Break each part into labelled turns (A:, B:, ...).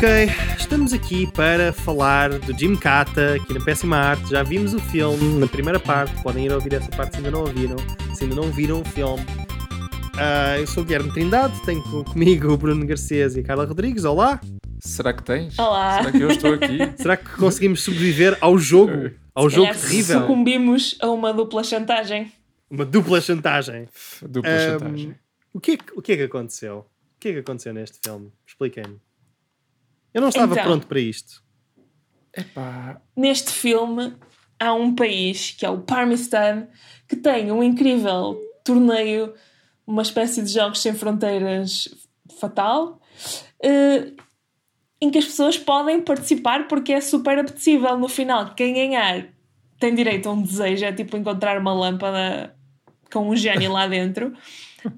A: bem, estamos aqui para falar do Jim Cata, aqui na Péssima Arte. Já vimos o filme na primeira parte, podem ir ouvir essa parte se ainda não ouviram, se ainda não viram o filme. Ah, eu sou o Guilherme Trindade, tenho co- comigo o Bruno Garcês e a Carla Rodrigues. Olá!
B: Será que tens?
C: Olá.
B: Será que eu estou aqui?
A: Será que conseguimos sobreviver ao jogo? Ao
C: Se
A: jogo
C: calhar
A: terrível?
C: é Sucumbimos a uma dupla chantagem.
A: Uma dupla chantagem.
B: Dupla
A: Ahm,
B: chantagem.
A: O que, é que, o que é que aconteceu? O que é que aconteceu neste filme? Expliquem-me. Eu não estava
C: Então.
A: pronto para isto.
B: Epá,
C: Neste filme há um país que é o Parmistan que tem um incrível torneio, uma espécie de jogos sem fronteiras fatal, eh, em que as pessoas podem participar porque é super apetecível no final. Quem ganhar tem direito a um desejo, é tipo encontrar uma lâmpada com um gênio lá dentro.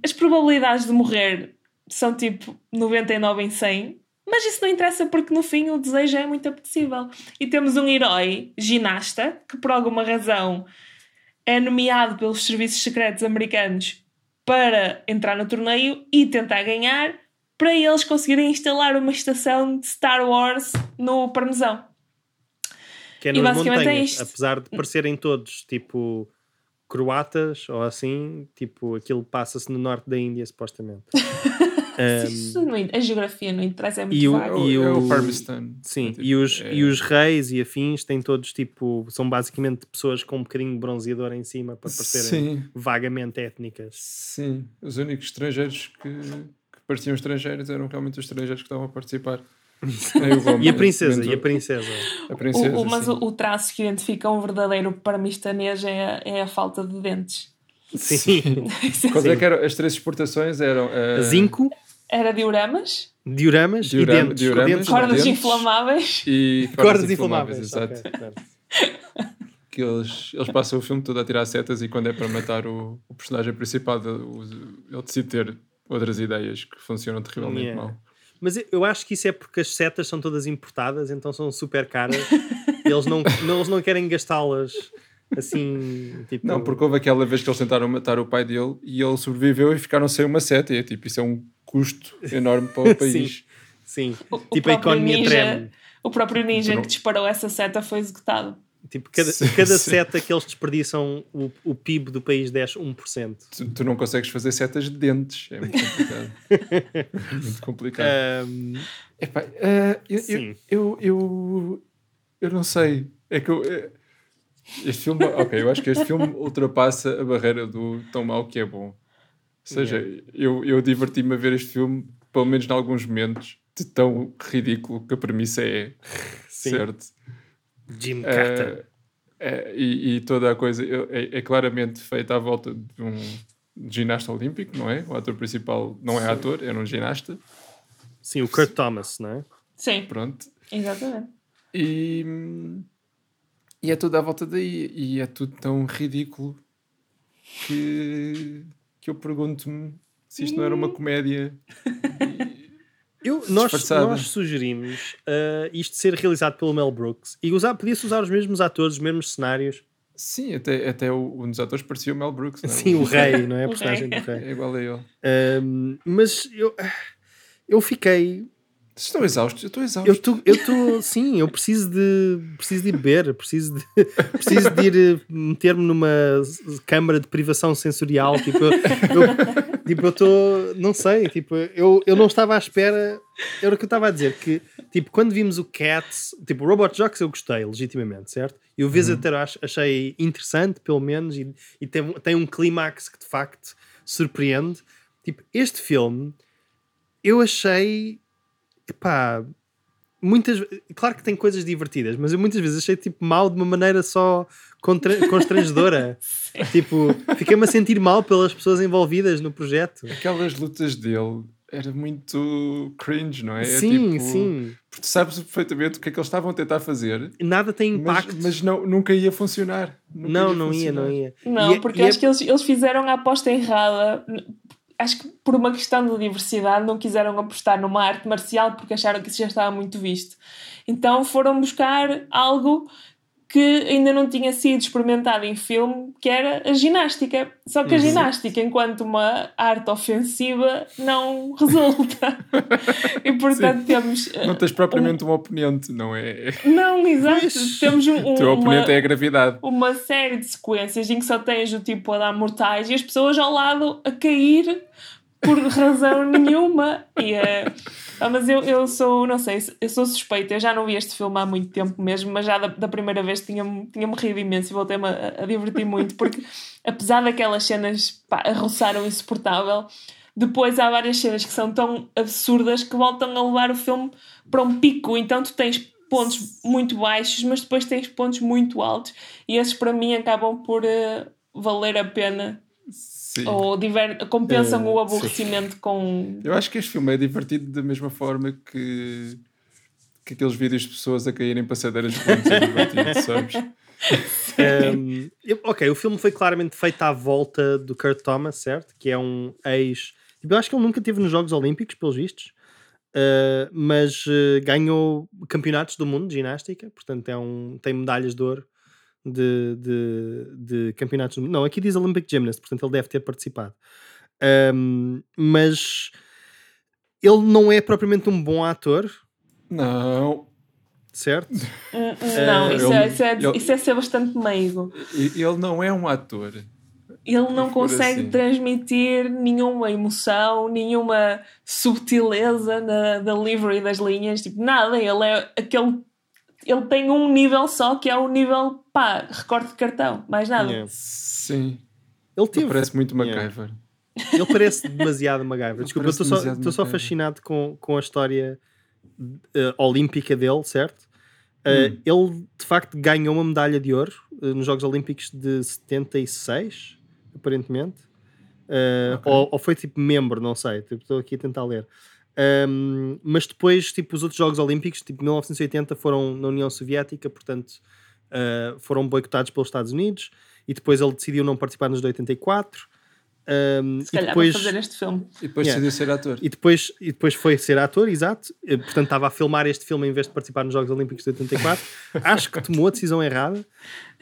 C: As probabilidades de morrer são tipo 99 em 100, mas isso não interessa porque no fim o desejo é muito apetecível. E temos um herói, ginasta, que por alguma razão é nomeado pelos serviços secretos americanos para entrar no torneio e tentar ganhar, para eles conseguirem instalar uma estação de Star Wars no Parmesão.
A: Que é
C: E
A: nas
C: basicamente é
A: montanhas.
C: isto.
A: apesar de parecerem todos tipo croatas ou assim, tipo aquilo passa-se no norte da Índia, supostamente. Ahm,
C: Isso não in- a geografia não interessa, é muito
A: E o-
B: é
C: vago.
B: o,
A: e
B: é
A: o-
B: o Parmesan.
A: sim,
B: É tipo,
A: e, os,
B: é-
A: e os reis e afins têm todos tipo, são basicamente pessoas com um bocadinho de bronzeador em cima para parecerem
B: Sim,
A: vagamente étnicas.
B: sim. Os únicos estrangeiros que, que pareciam estrangeiros eram realmente os estrangeiros que estavam a participar. Nem o Gomes,
A: E a princesa,
B: menos um.
A: e a princesa.
B: a princesa,
C: O- o- mas
B: sim.
C: o, o traço que identifica um verdadeiro parmistanês é, a- é a falta de dentes.
A: Sim.
C: Isso é-
B: Quais é
A: Sim.
B: que eram? As três exportações eram... ah,
A: Zinco,
C: Era dioramas,
A: dioramas,
B: Diorama-
A: e dentes.
B: dioramas,
A: dentes não.
C: cordas
B: dentes.
C: inflamáveis.
B: E
A: Cordas inflamáveis.
B: Exato.
A: ok, certo.
B: que eles, eles passam o filme todo a tirar setas e quando é para matar o, o personagem principal, de- o- ele decide ter outras ideias que funcionam terrivelmente
A: Yeah.
B: mal.
A: Mas eu- eu acho que isso é porque as setas são todas importadas, então são super caras. e eles não, não, eles não querem gastá-las assim. Tipo,
B: Não, porque houve aquela vez que eles tentaram matar o pai dele e ele sobreviveu e ficaram sem uma seta. E é tipo, isso é um custo enorme para o país.
A: Sim,
C: O- o
A: tipo a
C: próprio
A: economia
C: ninja-
A: treme.
C: O próprio ninja
B: Não.
C: que disparou essa seta foi executado.
A: Tipo, cada,
B: Sim,
A: cada
B: sim.
A: seta que eles desperdiçam, o, o PIB do país desce 1%.
B: Tu, tu não consegues fazer setas de dentes. É muito complicado. É muito complicado.
A: Ahm,
B: Epá, eh, eu, eu-
A: Sim.
B: eu, eu, eu não sei. É que eu, eh, este filme, ok, eu acho que este filme ultrapassa a barreira do tão mau que é bom. Ou seja, eu, eu diverti-me a ver este filme, pelo menos em alguns momentos, de tão ridículo que a premissa é,
A: Sim.
B: certo?
A: Jim
B: Eh,
A: Carter.
B: eh, e, e toda a coisa eu- é, é claramente feita à volta de um ginasta olímpico, não é? O ator principal não é ator, era um ginasta,
A: Sim, o Kurt Thomas, não é?
C: Sim,
B: pronto.
C: exatamente.
B: E, e é tudo à volta daí. E é tudo tão ridículo que, que eu pergunto-me se isto não era uma comédia.
A: Eu, nós,
B: Disfarçada.
A: nós sugerimos ah, isto ser realizado pelo Mel Brooks e usar, podia-se usar os mesmos atores, os mesmos cenários.
B: Sim, até, até o- um dos atores parecia o Mel Brooks. Não? é?
A: Sim, o rei, não é? A
C: O
A: personagem
C: rei.
A: do rei.
B: É igual a ele.
A: Um, mas eu, eu fiquei.
B: Vocês estão exaustos? Eu estou exausto.
A: Eu estou. Eu tô, sim, eu preciso de. Preciso de ir beber, preciso de, preciso de ir eh, meter-me numa s- câmara de privação sensorial. Tipo, eu- eu- tipo, eu estou. Não sei, tipo, eu, eu não estava à espera. Era o que eu estava a dizer, que, tipo, quando vimos o Cats, tipo, o Robot Jocks eu gostei, legitimamente, certo? E o Visitor ach- achei interessante, pelo menos, e, e tem, tem um clímax que de facto surpreende. Tipo, este filme eu achei. Epá, muitas ve- claro que tem coisas divertidas, mas eu muitas vezes achei tipo mal de uma maneira só contra- constrangedora. tipo, fiquei-me a sentir mal pelas pessoas envolvidas no projeto.
B: Aquelas lutas dele era muito cringe, não é? É
A: sim,
B: tipo-
A: sim.
B: Porque tu sabes perfeitamente o que é que eles estavam a tentar fazer,
A: Nada tem
B: mas,
A: impacto.
B: mas não, nunca ia funcionar. Nunca
A: não, não ia,
B: funcionar.
A: não ia.
C: Não,
A: E é-
C: porque
A: e é-
C: acho que eles, eles fizeram a aposta errada. Acho que por uma questão de diversidade não quiseram apostar numa arte marcial porque acharam que isso já estava muito visto. Então foram buscar algo que ainda não tinha sido experimentada em filme, que era a ginástica. Só que a ginástica, enquanto uma arte ofensiva, não resulta. e portanto temos. eh,
B: Não tens propriamente um oponente, não é?
C: Não, exato. Temos um,
B: O teu
C: uma,
B: oponente é a gravidade.
C: uma série de sequências em que só tens o tipo a dar mortais e as pessoas ao lado a cair por razão nenhuma. E, eh, ah, mas eu, eu sou, não sei, eu sou suspeita. Eu já não vi este filme há muito tempo mesmo, mas já da, da primeira vez tinha-me tinha rido imenso e voltei-me a, a divertir muito, porque apesar daquelas cenas pá, a roçar o insuportável. Depois há várias cenas que são tão absurdas que voltam a levar o filme para um pico. Então tu tens pontos muito baixos, mas depois tens pontos muito altos. E esses para mim acabam por eh, valer a pena
B: Sim.
C: ou diver- compensam
B: Eh,
C: o aborrecimento com. um,
B: Eu acho que este filme é divertido da mesma forma que, que aqueles vídeos de pessoas a caírem em passadeiras de pontos é divertido, sabes?
A: Um, eu- ok, o filme foi claramente feito à volta do Kurt Thomas, certo? Que é um ex. tipo, Eu acho que ele nunca esteve nos Jogos Olímpicos, pelos vistos, Uh, mas uh, ganhou campeonatos do mundo de ginástica, portanto é um, tem medalhas de ouro de, de, de campeonatos do mundo. Não, aqui diz Olympic Gymnast, portanto ele deve ter participado. Um, mas ele não é propriamente um bom ator,
B: Não,
A: certo?
C: Hum, hum, Não,
B: Eh,
C: isso, é,
B: eu-
C: isso, é,
B: eu-
C: isso é ser bastante meigo.
B: e- ele não é um ator.
C: Ele não
B: Por
C: consegue
B: assim.
C: transmitir nenhuma emoção, nenhuma subtileza na delivery das linhas, tipo, nada. Ele é aquele. Ele tem um nível só que é o nível pá, recorte de cartão, mais nada.
A: Yeah.
B: Sim,
A: Ele
B: ele
A: teve
B: parece muito
A: Yeah.
B: MacGyver.
A: Ele parece demasiado MacGyver. Desculpa, eu
B: parece
A: estou só,
B: demasiado
A: estou só
B: MacGyver.
A: fascinado com, com a história eh, olímpica dele, certo? Eh,
B: Hum.
A: Ele, de facto, ganhou uma medalha de ouro eh, nos Jogos Olímpicos de 76, aparentemente. Eh,
B: Ok.
A: ou, ou foi, tipo, membro, não sei. Tipo, Estou aqui a tentar ler. Ahm, mas depois, tipo, os outros Jogos Olímpicos, tipo, 1980, foram na União Soviética, portanto, eh, foram boicotados pelos Estados Unidos. E depois ele decidiu não participar nos de 84. ahm,
C: Se
A: e
C: calhar
A: depois,
C: vou fazer este filme.
B: E depois
A: Yeah.
B: decidiu ser ator.
A: e depois, e depois foi ser ator, exato. Eh, Portanto, estava a filmar este filme em vez de participar nos Jogos Olímpicos de 84. Acho que tomou a decisão errada.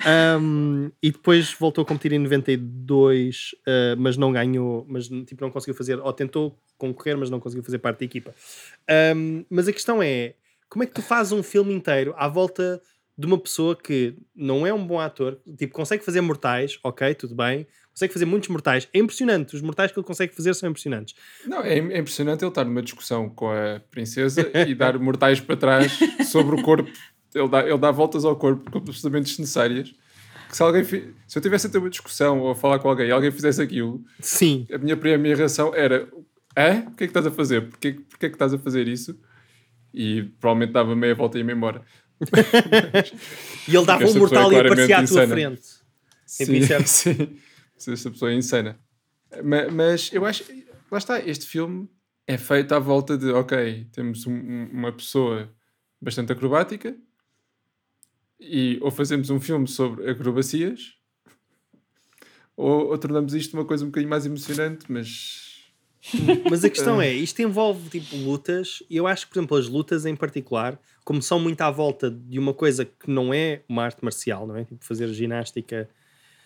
A: Ahm, e depois voltou a competir em 92, eh, mas não ganhou, mas tipo, não conseguiu fazer, ou tentou concorrer, mas não conseguiu fazer parte da equipa. Ahm, mas a questão é: como é que tu fazes um filme inteiro à volta de uma pessoa que não é um bom ator, tipo, consegue fazer mortais, ok, tudo bem, consegue fazer muitos mortais, é impressionante, os mortais que ele consegue fazer são impressionantes.
B: Não, é, é impressionante ele estar numa discussão com a princesa e dar mortais para trás sobre o corpo. Ele dá, ele dá voltas ao corpo completamente desnecessárias. Que se, alguém fi- se eu tivesse a ter uma discussão ou a falar com alguém e alguém fizesse aquilo,
A: Sim.
B: a minha primeira reação era: Hã? O que é que estás a fazer? Porquê, porquê é que estás a fazer isso? E provavelmente dava meia volta e ia-me embora.
A: E ele dava um
B: Esta pessoa é
A: mortal e aparecia à
B: claramente
A: tua
B: insana.
A: frente. Sempre
B: Sim,
A: incerto.
B: sim. Se Essa pessoa é insana. Ma- Mas, eu acho. Lá está, este filme é feito à volta de: ok, temos um- um- uma pessoa bastante acrobática e ou fazemos um filme sobre acrobacias ou, ou tornamos isto uma coisa um bocadinho mais emocionante, mas.
A: Mas a questão é, isto envolve tipo lutas, e eu acho que, por exemplo, as lutas em particular, como são muito à volta de uma coisa que não é uma arte marcial, não é? Tipo, fazer ginástica.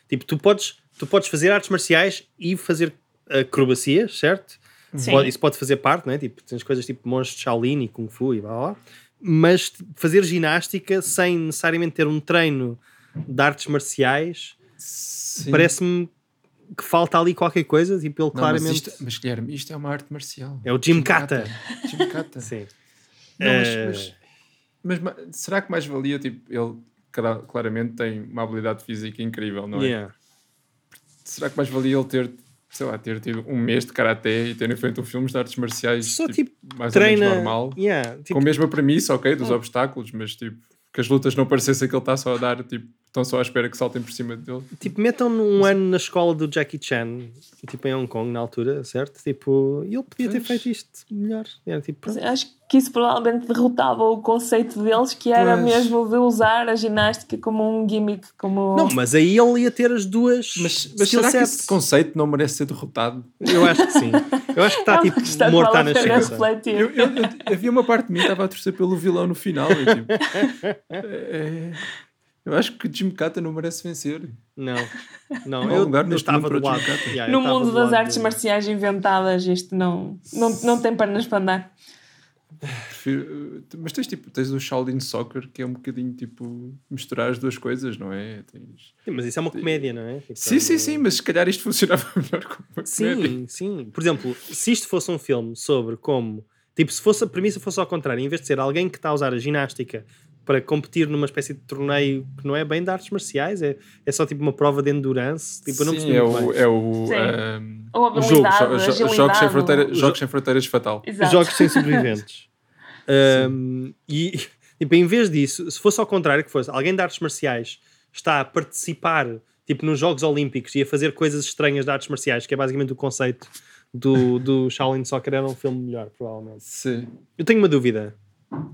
A: Tipo, tu podes, tu podes fazer artes marciais e fazer acrobacias, certo?
C: Sim.
A: Pode- isso pode fazer parte, não é? Tipo, tens coisas tipo monstros de Shaolin e Kung Fu e blá blá. blá. Mas t- fazer ginástica sem necessariamente ter um treino de artes marciais
B: Sim.
A: parece-me que falta ali qualquer coisa. Tipo, ele
B: Não,
A: claramente.
B: mas, isto, mas Guilherme, isto é uma arte marcial.
A: É o Jim Cata.
B: Jim Cata.
A: Sim.
B: Não, mas,
A: Eh.
B: mas- mas ma- será que mais valia? Tipo, ele clara- claramente tem uma habilidade física incrível, não é?
A: Yeah.
B: Será que mais valia ele ter, sei lá, ter tido um mês de karaté e ter em frente um filme de artes marciais
A: Só, tipo,
B: mais ou
A: Treina.
B: menos normal?
A: Yeah, tipo, Ah.
B: Com a mesma premissa, ok, dos obstáculos, mas tipo, que as lutas não parecessem que ele está só a dar, tipo, estão só à espera que saltem por cima dele.
A: tipo, metam-no um ano na escola do Jackie Chan, tipo em Hong Kong na altura, certo? Tipo, ele podia ter
B: Pois. é
A: feito isto melhor. Era tipo, pronto.
C: Acho que isso provavelmente derrotava o conceito deles, que era
B: Pois.
C: mesmo de usar a ginástica como um gimmick, como.
A: Não, mas aí ele ia ter as duas.
B: Mas, mas
A: skill
B: será que
A: sets.
B: esse conceito não merece ser derrotado?
A: Eu acho que sim. Eu acho que
C: É
A: está
C: uma
A: tipo
C: questão que
A: morto
C: vale
A: à
C: a pena
A: nascença.
C: refletir.
B: Eu, eu- eu- havia uma parte de mim que estava a torcer pelo vilão no final. e, tipo, é- Eu acho que Jim Cata não merece vencer.
A: Não,
B: Em
A: não,
B: algum
A: eu,
B: lugar
A: eu
B: neste
A: estava do
B: mundo para o
A: lado.
B: Jim Cata.
A: Yeah, eu
C: No
A: estava
C: mundo
A: do
C: das
A: lado
C: artes
A: do-
C: marciais inventadas, isto não, não, não tem pernas para andar.
B: Prefiro- eh, Mas tens tipo, tens o Shaolin Soccer que é um bocadinho tipo misturar as duas coisas, não é? Tens-
A: Sim, Mas isso é uma comédia, não é? Tipo,
B: Sim, sim,
A: é-
B: sim, mas se calhar isto funcionava melhor como uma comédia.
A: Sim, sim. Por exemplo, se isto fosse um filme sobre como. Tipo, se fosse a premissa fosse ao contrário, em vez de ser alguém que está a usar a ginástica para competir numa espécie de torneio que não é bem de artes marciais, é, é só tipo uma prova de endurance. Tipo, eu não
B: Sim,
A: percebi
B: é
A: muito bem.
B: o, é o,
C: Sim.
B: ahm,
C: Ou
B: o jogo,
C: habilidade,
B: jo- jo-
C: agilidade. é?
B: jogos, sem fronteiras,
A: O
B: jogos sem fronteiras fatal.
C: Exato.
A: Jogos sem sobreviventes. Ahm, e tipo, em vez disso, se fosse ao contrário, que fosse alguém de artes marciais está a participar tipo, nos Jogos Olímpicos e a fazer coisas estranhas de artes marciais, que é basicamente o conceito do, do Shaolin Soccer, era um filme melhor, provavelmente.
B: Sim.
A: Eu tenho uma dúvida.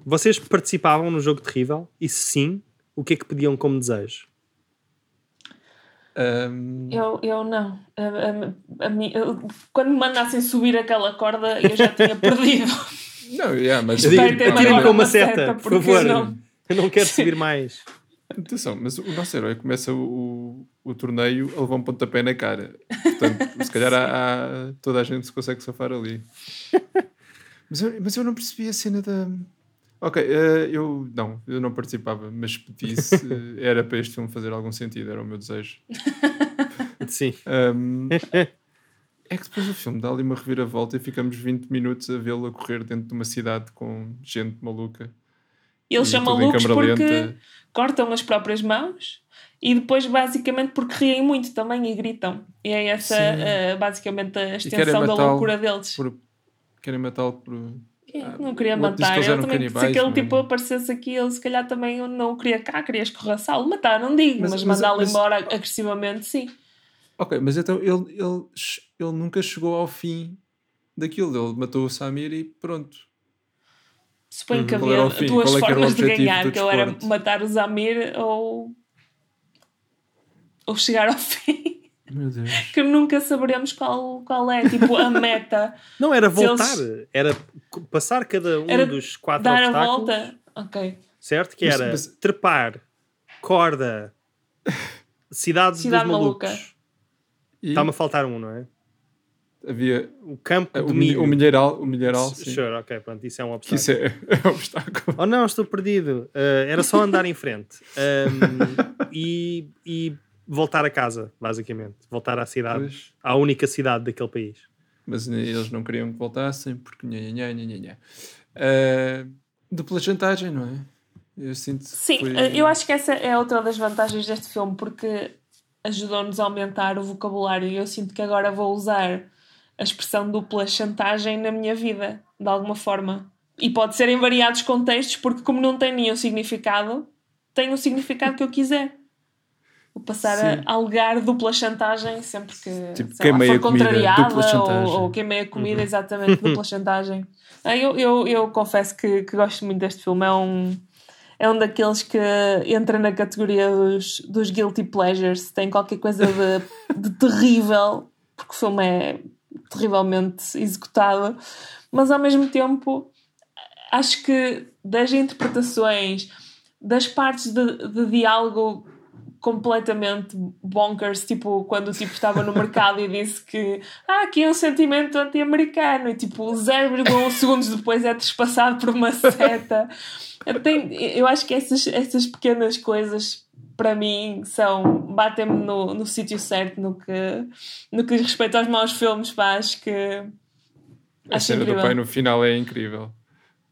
A: Vocês participavam no jogo terrível? E se sim, o que é que pediam como desejo?
B: Ahm,
C: Eu, eu não. A- a- a mim- eu- quando me mandassem subir aquela corda, eu já tinha perdido.
B: não, yeah, mas
C: Espero
A: Atirem-
C: ter
B: Não,
A: Atirem
C: agora
A: com
B: não,
A: uma
C: uma seta,
A: seta, por
C: porque
A: favor.
C: não.
A: Eu não quero subir mais.
B: atenção, mas o nosso herói começa o, o, o torneio a levar um pontapé na cara. Portanto, se calhar há, há- toda a gente se consegue safar ali. Mas eu, mas eu não percebi a cena da. Ok, eh, eu não, eu não participava, mas pedi se eh, era para este filme fazer algum sentido, era o meu desejo.
A: Sim.
B: Um, é que depois o filme dá ali uma reviravolta e ficamos 20 minutos a vê-lo a correr dentro de uma cidade com gente maluca.
C: Eles
B: E
C: são
B: tudo em
C: malucos
B: câmara
C: porque
B: lenta.
C: cortam as próprias mãos e depois, basicamente, porque riem muito também e gritam. E é essa,
B: Sim.
C: eh, basicamente, a
B: querem
C: extensão da
B: matá-lo
C: loucura deles.
B: Por... Querem matá-lo por.
C: É, Não queria
B: Ah, o outro disse que
C: matar.
B: eles
C: Eu
B: eram
C: também, se
B: canibais,
C: aquele
B: não é?
C: tipo aparecesse aqui, ele se calhar também não o queria cá, queria escorraçá-lo. Matar, não digo,
B: Mas-
C: mas,
B: mas-
C: mandá-lo
B: mas-
C: embora agressivamente, sim.
B: Ok, mas então ele, ele, ele nunca chegou ao fim daquilo. Ele matou o Samir e pronto.
C: Suponho que
B: Uhum. Qual era
C: havia
B: o fim?
C: duas
B: Qual é que era o
C: formas de
B: objetivo
C: ganhar,
B: do
C: que eu era
B: desporto?
C: matar o Zamir ou, ou chegar ao fim,
B: Meu Deus.
C: que nunca saberemos qual, qual é, tipo, a meta.
A: Não, era
C: Se eles-
A: voltar. Era c- passar cada um
C: Era
A: dos quatro
C: Dar a
A: obstáculos.
C: volta. Ok.
A: Certo? Que
B: Mas-
A: era
B: mas-
A: trepar, corda, cidade,
C: Cidade
A: dos malucos.
C: maluca.
B: E
A: Está-me a faltar um, não é?
B: havia eh,
A: O campo
B: É, o,
A: do
B: milhe-
A: milho.
B: o milheiral. O milheiral sim.
A: Sure, ok, pronto, isso é um
B: Que
A: obstáculo.
B: isso é, é um obstáculo.
A: Oh não, estou perdido. Ah, era só andar em frente Ahm, e, e voltar a casa, basicamente. Voltar à cidade,
B: Pois.
A: à única cidade daquele país.
B: mas ne- eles não queriam que voltassem porque nha, nha, nha, nha, nha. Eh, dupla chantagem, não é? Eu sinto que
C: Sim,
B: foi-
C: eu acho que essa é outra das vantagens deste filme, porque ajudou-nos a aumentar o vocabulário e eu sinto que agora vou usar a expressão dupla chantagem na minha vida, de alguma forma. E pode ser em variados contextos, porque como não tem nenhum significado, tem o significado que eu quiser. Vou passar
B: Sim.
C: a algar dupla chantagem sempre que
B: Tipo,
C: sei lá,
B: queimei
C: for
B: a comida,
C: contrariada
B: dupla chantagem. Uhum.
C: ou, ou queimei a comida, exatamente, dupla chantagem. Ah, Eu, eu, eu confesso que, que gosto muito deste filme, é um, é um daqueles que entra na categoria dos, dos guilty pleasures, tem qualquer coisa de, de terrível, porque o filme é terrivelmente executado, mas ao mesmo tempo acho que das interpretações, das partes de, de diálogo completamente bonkers, tipo quando o tipo estava no mercado e disse que ah, aqui é um sentimento anti-americano e tipo 0,1 segundos depois é trespassado por uma seta. Eu, tenho- eu acho que essas, essas pequenas coisas para mim são batem-me no, no sítio certo no que, no que diz respeito aos maus filmes, pá, acho que
B: a
C: acho
B: cena do
C: incrível.
B: pai no final é incrível.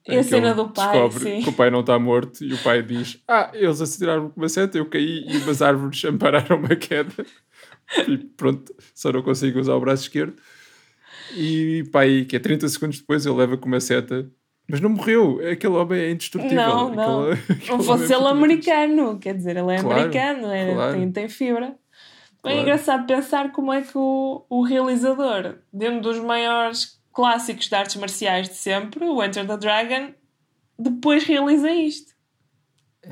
C: E a
B: Em que
C: cena
B: ele
C: do pai,
B: descobre
C: sim.
B: que o pai não está morto e o pai diz: Ah, eles atiraram-me com uma seta, eu caí e umas árvores ampararam uma queda. E pronto, só não consigo usar o braço esquerdo. E pai, que é 30 segundos depois, ele leva com uma seta. Mas não morreu, aquele homem é indestrutível.
C: Não, não.
B: Aquele- aquele
C: Não
B: homem
C: fosse
B: é
C: ele
B: absolutamente
C: americano, quer dizer, ele é
B: Claro,
C: americano, é-
B: claro.
C: tem, tem fibra. Bem,
B: Claro.
C: É engraçado pensar como é que o, o realizador de um dos maiores clássicos de artes marciais de sempre, o Enter the Dragon, depois realiza isto.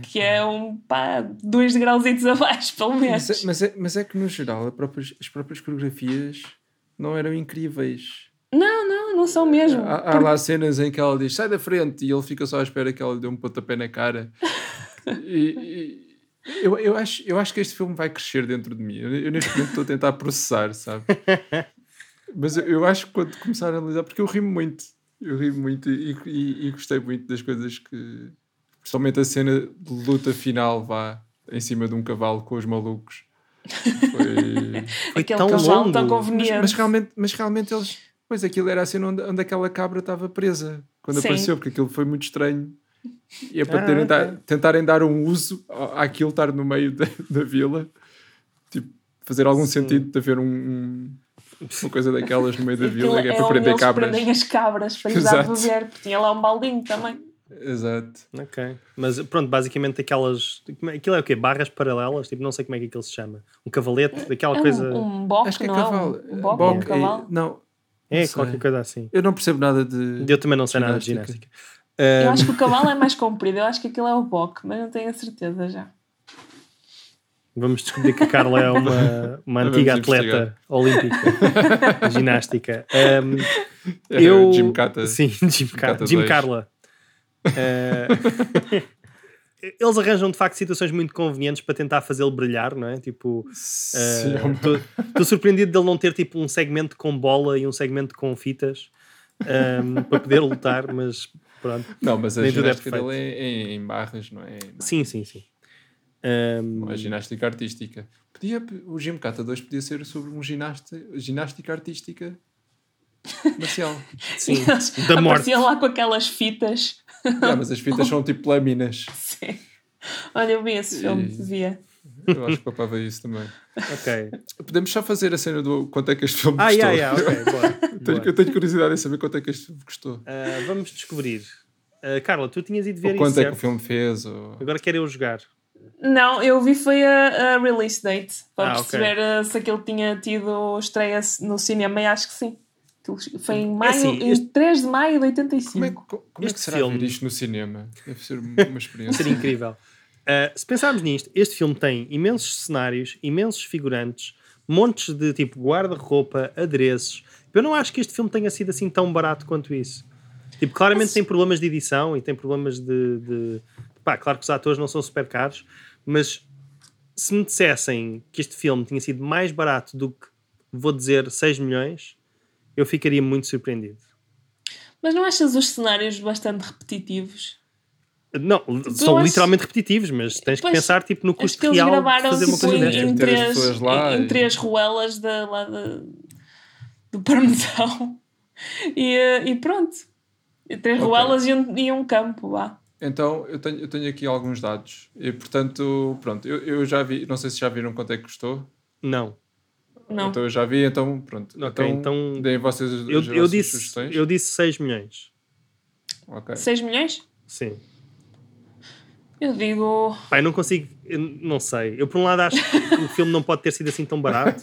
C: Que é um pá, dois degrauzitos abaixo, pelo menos.
B: Mas é, mas, é, mas é que no geral a próprias- as próprias coreografias não eram incríveis.
C: Não,
B: é-
C: não, não são mesmo.
B: Há, há lá cenas em que ela diz sai da frente e ele fica só à espera que ela lhe dê um pontapé na cara. e, Eu, eu, acho, eu acho que este filme vai crescer dentro de mim. Eu, eu neste momento estou a tentar processar, sabe? Mas eu, eu acho que quando começar a analisar, porque eu ri muito, eu ri muito e, e, e gostei muito das coisas que. Principalmente a cena de luta final, vá em cima de um cavalo com os malucos. Foi.
A: Foi
C: Aquele
A: tão
C: cavalo
A: longo.
C: tão
B: Mas,
C: conveniente.
B: mas realmente, mas realmente eles. Pois aquilo era a cena onde, onde aquela cabra estava presa quando
C: Sim.
B: apareceu, porque aquilo foi muito estranho. E é para
A: Ah,
B: terem da-
A: ok.
B: tentarem dar um uso à- àquilo estar no meio da, da vila, tipo, fazer algum
A: Sim.
B: sentido de haver um- um- uma coisa daquelas no meio da
C: Aquilo
B: vila, que é, para
C: onde
B: prender
C: eles
B: cabras.
C: prendem as cabras para lhes dar de
B: Exato.
C: beber, porque tinha lá um baldinho também.
B: Exato.
A: Ok. Mas pronto, basicamente aquelas. como é- Aquilo é o quê? Barras paralelas? Tipo, não sei como é que aquilo se chama. Um cavalete, aquela
C: É
A: coisa.
C: um, um boc,
B: Acho que é
C: não
B: cavalo.
C: é? Um, um boc, um
B: Boc, é-
C: cavalo.
B: não,
A: é,
B: não sei.
A: qualquer coisa assim.
B: eu não percebo nada de.
A: Eu também não sei nada de ginástica.
B: Ginástica.
C: Eu
A: Ah,
C: acho que o cavalo é mais comprido, eu acho que aquilo é o boc, mas não tenho a certeza já.
A: vamos descobrir que a Carla é uma, uma
B: Vamos
A: antiga atleta
B: investigar.
A: olímpica de ginástica. Ahm,
B: Era
A: eu...
B: É, Jim Cata.
A: Sim, Jim, Car...
B: Cata
A: Jim
B: dois.
A: Carla. Eh, Eles arranjam de facto situações muito convenientes para tentar fazê-lo brilhar, não é? Tipo,
B: Sim, é uma-
A: estou surpreendido dele não ter tipo um segmento com bola e um segmento com fitas ehm, para poder lutar, mas pronto.
B: Não, mas a
A: nem tudo é
B: ginástica dele é, é em barras, não é?
A: Sim, sim, sim. Ehm,
B: A ginástica artística. Podia, o Jim Cata 2 podia ser sobre um ginasta, ginástica artística marcial.
A: sim.
C: Eles
A: Da morte.
C: apareciam lá com aquelas fitas.
B: Ah, mas as fitas são tipo lâminas.
C: Sim. Olha, eu vi esse filme,
A: Eh.
B: E-
C: via.
B: Eu acho que papava isso também.
A: Ok.
B: Podemos só fazer a cena do quanto é que este filme
A: Ah,
B: custou.
A: yeah, yeah, ok, boa.
B: Tenho-
A: boa.
B: eu tenho curiosidade em saber quanto é que este filme custou.
A: Ah, vamos descobrir. Ah, Carla, tu tinhas ido ver
B: ou
A: isso.
B: quanto é que o
A: certo?
B: filme fez. Ou...
A: Agora quero eu jogar.
C: Não, eu vi foi a, a release date para
A: Ah, ok.
C: perceber eh, se aquilo tinha tido estreia no cinema e acho que sim. Aquilo Foi em maio,
A: assim,
C: em
A: este-
C: 3 de maio de 85.
B: Como é, que- como é
A: Este
B: que será
A: filme-
B: ver isto no cinema? Deve ser uma experiência.
A: Seria incrível. Ah, se pensarmos nisto, este filme tem imensos cenários, imensos figurantes, montes de tipo guarda-roupa, adereços. Eu não acho que este filme tenha sido assim tão barato quanto isso. Tipo, claramente
C: Mas-
A: tem problemas de edição e tem problemas de, de- Pá, claro que os atores não são super caros, mas se me dissessem que este filme tinha sido mais barato do que, vou dizer, 6 milhões, eu ficaria muito surpreendido.
C: Mas não achas os cenários bastante repetitivos?
A: Não, são
C: achas-
A: literalmente repetitivos, mas tens que
C: Pois,
A: pensar tipo, no
C: Acho
A: custo
C: que eles
A: real de
C: gravaram
A: fazer uma
C: tipo,
A: coisa destas.
C: em,
B: desta.
C: em
B: Ter as
C: três,
B: pessoas lá
C: em, em
B: e-
C: três ruelas da, lá da- do Parmesão. E, eh, e pronto. E Três
B: Ok.
C: ruelas e um, e um campo lá.
B: Então, eu tenho, eu tenho aqui alguns dados. E, portanto, pronto, eu, eu já vi, não sei se já viram quanto é que custou.
A: Não.
C: Não.
B: Então eu já vi, então pronto.
A: Ok, então-
B: deem vocês as,
A: Eu,
B: as
A: eu
B: vossas
A: disse,
B: sugestões.
A: eu disse 6 milhões.
B: Ok.
C: 6 milhões?
A: Sim.
C: Eu digo.
A: Pai, não consigo, eu não sei. Eu, por um lado, acho que o filme não pode ter sido assim tão barato,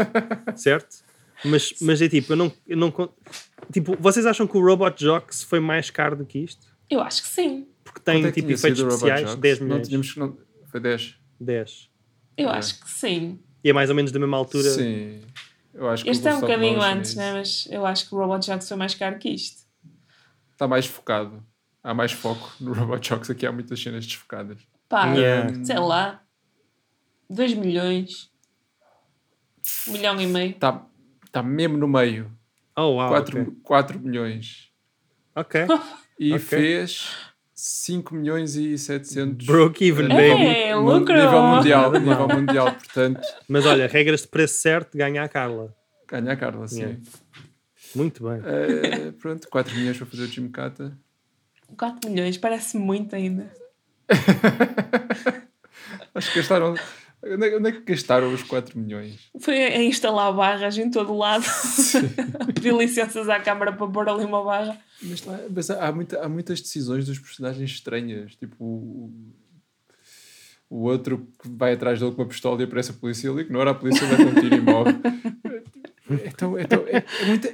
A: certo? Mas, mas é tipo, eu não, eu não. con- Tipo, vocês acham que o Robot Jocks foi mais caro do que isto?
C: Eu acho que sim.
A: Porque tem
B: Quanto é que
A: tipo
B: tinha sido
A: efeitos
B: o Robot
A: especiais,
B: Jocks?
A: 10
B: Não
A: milhões.
B: tínhamos que não... Foi 10.
A: 10.
C: Eu
B: É.
C: acho que sim.
A: E é mais ou menos da mesma altura.
B: Sim. Eu acho que
C: Este é um bocadinho antes, né?
B: né?
C: mas eu acho que o Robot Jocks foi mais caro que isto.
B: Está Tá mais focado. Há mais foco no Robot Jocks. Aqui há muitas cenas desfocadas.
C: Pá,
A: Yeah.
C: sei lá. 2 milhões. Um milhão e meio.
B: Está tá mesmo no meio.
A: Oh, uau.
B: 4,
A: ok.
B: milhões.
A: Ok.
B: E
A: Ok.
B: fez 5 milhões e 700...
A: Broke even,
B: a
A: baby.
C: É. Hey,
B: nível, mun-
C: lucro!
B: nível mundial,
A: Nada mal.
B: nível mundial, portanto,
A: Mas olha, regras de preço certo, ganha a Carla.
B: ganha a Carla, sim.
A: Yeah. Muito bem.
B: Eh, pronto, 4 milhões para fazer o Jim Cata.
C: 4 milhões, parece muito ainda.
B: Acho que gastaram. Onde é, que- onde é que gastaram os 4 milhões?
C: Foi a instalar barras em todo o lado. Pedir licenças à câmara para pôr ali uma barra.
B: Mas, lá- mas há, há muita- há muitas decisões dos personagens estranhas. Tipo, o, o outro que vai atrás dele com uma pistola e aparece a polícia, ele ignora a polícia, vai com um tiro e morre. Então, então é, é muita,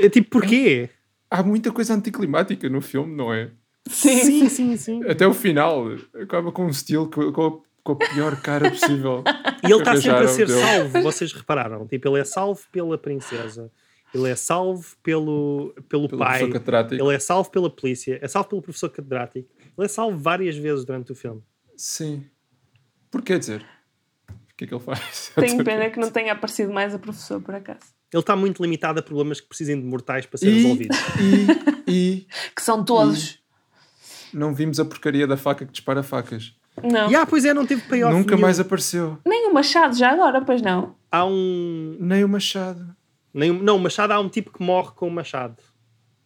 A: É tipo, porquê?
B: há muita coisa anticlimática no filme, não é?
C: Sim.
A: sim, sim. sim.
B: Até o final, acaba com um estilo com, com a, com a pior cara possível.
A: E ele está sempre a
B: Arranjaram,
A: ser
B: deu.
A: salvo, vocês repararam? Tipo, ele é salvo pela princesa, ele é salvo pelo, pelo,
B: Pelo
A: pai,
B: professor catedrático.
A: ele é salvo pela polícia, é salvo pelo professor catedrático, ele é salvo várias vezes durante o filme.
B: Sim. Porque quer dizer, o que é que ele faz?
C: Tenho pena que não tenha aparecido mais a professora, por acaso.
A: Ele está muito limitado a problemas que precisem de mortais para ser
B: e,
A: resolvidos.
B: e,
C: Que são todos.
B: e não vimos a porcaria da faca que dispara facas.
C: Hum. Não.
A: E ah, pois é, não teve payoff.
B: Nunca
A: nenhum.
B: mais apareceu.
C: Nem o Machado já agora, pois não.
A: Há um.
B: Nem o Machado.
A: nenhum- não, Machado há um tipo que morre com o Machado.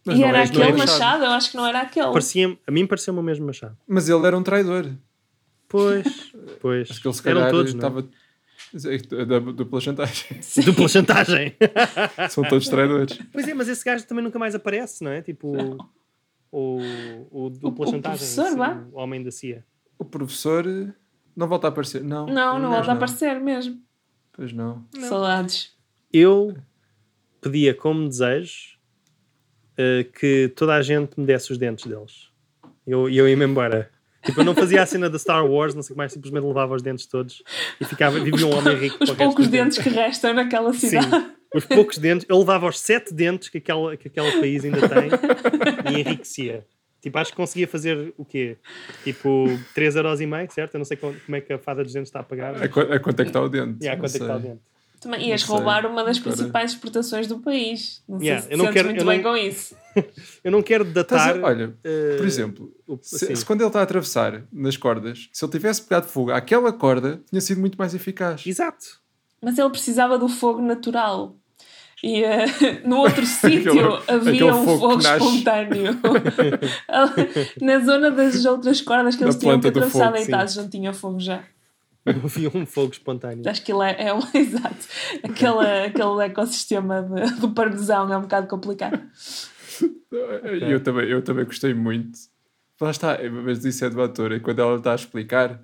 B: Mas
C: e
B: não
C: era
B: é- não é
C: aquele
B: Machado.
C: Machado. eu acho que não era aquele.
A: Parecia, a mim pareceu-me o mesmo Machado.
B: Mas ele era um traidor.
A: Pois, pois.
B: Acho que ele se calhar
A: Eram todos, não é?
B: estava. É Da dupla chantagem.
A: Dupla chantagem.
B: São todos traidores.
A: pois é, mas esse gajo também nunca mais aparece, não é? Tipo. O, o dupla
C: O- o
A: chantagem.
C: professor,
A: esse-
C: vá.
A: o homem da CIA.
B: O professor eh, não volta a aparecer. Não,
C: Não, não volta a
B: não.
C: aparecer mesmo.
B: Pois não.
C: Saudades.
A: eu pedia como desejo eh, que toda a gente me desse os dentes deles. Eu, eu ia-me embora. Tipo, eu não fazia a cena da Star Wars, não sei o que mais, simplesmente levava os dentes todos e ficava, vivia um homem rico.
C: Os
A: para o resto
C: poucos
A: da vida.
C: dentes que restam naquela
A: Sim,
C: cidade.
A: os poucos dentes. Eu levava os sete dentes que aquele, que aquele país ainda tem e enriquecia. Tipo, acho que conseguia fazer o quê? Tipo, 3,5€, certo? Eu não sei como, como é que a fada dos dentes está a pagar.
B: A,
A: Mas,
B: qu a quanto é que está o dente?
A: e há
B: Não
A: quanto é que está o
B: sei.
A: dente?
C: Também ias
B: Não sei.
C: roubar uma das
B: Agora-
C: principais exportações do país. Não
A: Yeah,
C: sei se
A: eu não
C: sentes
A: quero-
C: muito
A: eu
C: bem
A: não-
C: com isso.
A: Eu não quero
B: Estás a-
A: datar.
B: olha,
A: eh,
B: por exemplo,
A: o-
B: se,
A: assim.
B: se quando ele está a atravessar nas cordas, se ele tivesse pegado fogo àquela corda, tinha sido muito mais eficaz.
A: Exato.
C: Mas ele precisava do fogo natural. E eh, no outro sítio havia
B: aquele
C: um
B: fogo
C: fogo
B: que nasce.
C: espontâneo. Na zona das outras cordas que
B: Na
C: eles tinham que
B: planta do
C: atravessar
B: fogo, sim.
C: deitados, não tinha fogo já.
A: Havia um fogo espontâneo.
C: Acho que ele é, é um exato. Aquele, aquele ecossistema de- do parmesão é um bocado complicado.
B: Eu, também, eu também gostei muito. Lá está, é- mas isso é do ator. E quando ela está a explicar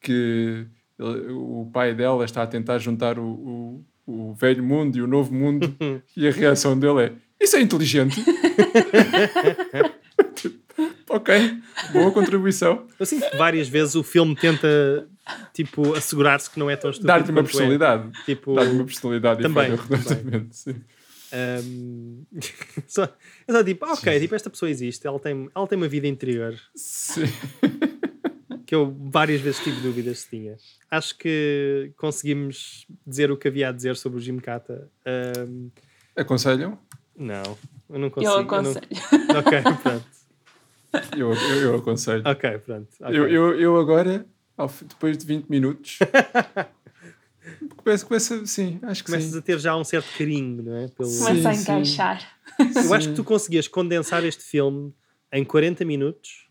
B: que ele- o pai dela está a tentar juntar o, o, o velho mundo e o novo mundo, e a reação dele é: Isso é inteligente. Tipo, ok, boa contribuição.
A: Eu sinto que várias vezes o filme tenta, tipo, assegurar-se que não é tão estúpido.
B: Dar-te uma
A: quanto é.
B: personalidade.
A: Tipo,
B: Dar-te uma personalidade
A: Também,
B: e falha
A: também.
B: redondamente. sim.
A: ahm, ehm, só, é só tipo, ah, ok, tipo, esta pessoa existe, ela tem, ela tem uma vida interior
B: Sim.
A: que eu várias vezes tive dúvidas se tinha. Acho que conseguimos dizer o que havia a dizer sobre o Jim Cata. Ahm,
B: Aconselham?
A: não, eu não
B: Oh,
C: Eu
A: consigo. não-
C: aconselho.
A: Ok, pronto.
B: Eu, eu, eu aconselho.
A: Ok, pronto. ok.
B: Eu, eu, eu agora, ao fi- depois de 20 minutos, começo, começo, sim, acho que
A: Começas
B: sim.
A: a ter já um certo carinho, não é? Pelo...
C: Começa a
B: Sim, sim.
C: encaixar.
A: Eu acho que tu conseguias condensar este filme em 40 minutos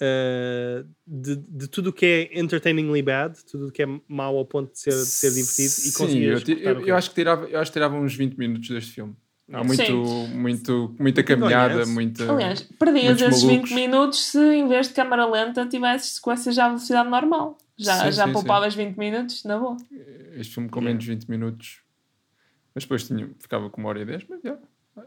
A: uh, de, de tudo o que é entertainingly bad, tudo o que é mau ao ponto de ser, de ser divertido e
B: Sim, eu,
A: conseguias.
B: ti-
A: cortar um o
B: eu, eu
A: resto.
B: acho que tirava, eu acho que tirava uns 20 minutos deste filme. Há
C: Sim.
B: muito, muito, muita caminhada,
A: Aliás-
B: muita.
C: Aliás, perdias
B: É. Muitos
C: esses
B: malucos.
C: 20 minutos se em vez de câmara lenta tivesses sequências já à velocidade normal. Já,
B: Sim,
C: já
B: sim,
C: poupavas 20 minutos, na boa.
B: Este filme com menos de 20 minutos. Mas depois tinha, ficava com uma hora e 10, mas já,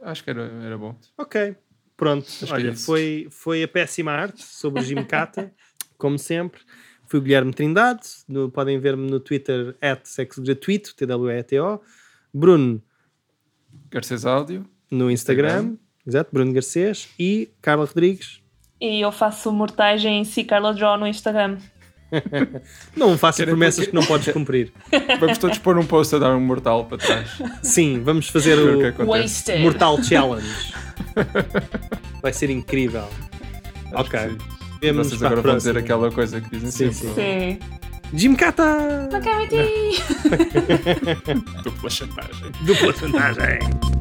B: acho que era, era bom.
A: Ok, pronto.
B: que
A: Olha,
B: é isso.
A: foi, foi a péssima arte sobre o Jim Cata, como sempre. Fui o Guilherme Trindade. no- podem ver-me no Twitter, at sexo gratuito, TWETO. Bruno
B: Garcês Áudio.
A: no Instagram,
B: Instagram.
A: exato, Bruno Garcês. E Carla Rodrigues.
C: E eu faço mortagem em si Carla Draw no Instagram.
A: Não faças
B: Querem
A: promessas
B: porque-
A: que não podes cumprir.
B: Vamos todos pôr um post a dar um mortal para trás.
A: Sim, vamos fazer
B: Ver o que
A: o
B: acontece.
A: Mortal Challenge. Vai ser incrível.
B: Acho que
A: Ok.
B: sim.
A: Vemos
B: Vocês
A: para a
B: agora vão dizer
A: próxima.
B: aquela coisa que
A: Sim,
B: dizem sempre. é?
C: Sim.
A: Jim Cata!
C: Não quero mentir.
B: Dupla chantagem.
A: Dupla vantagem!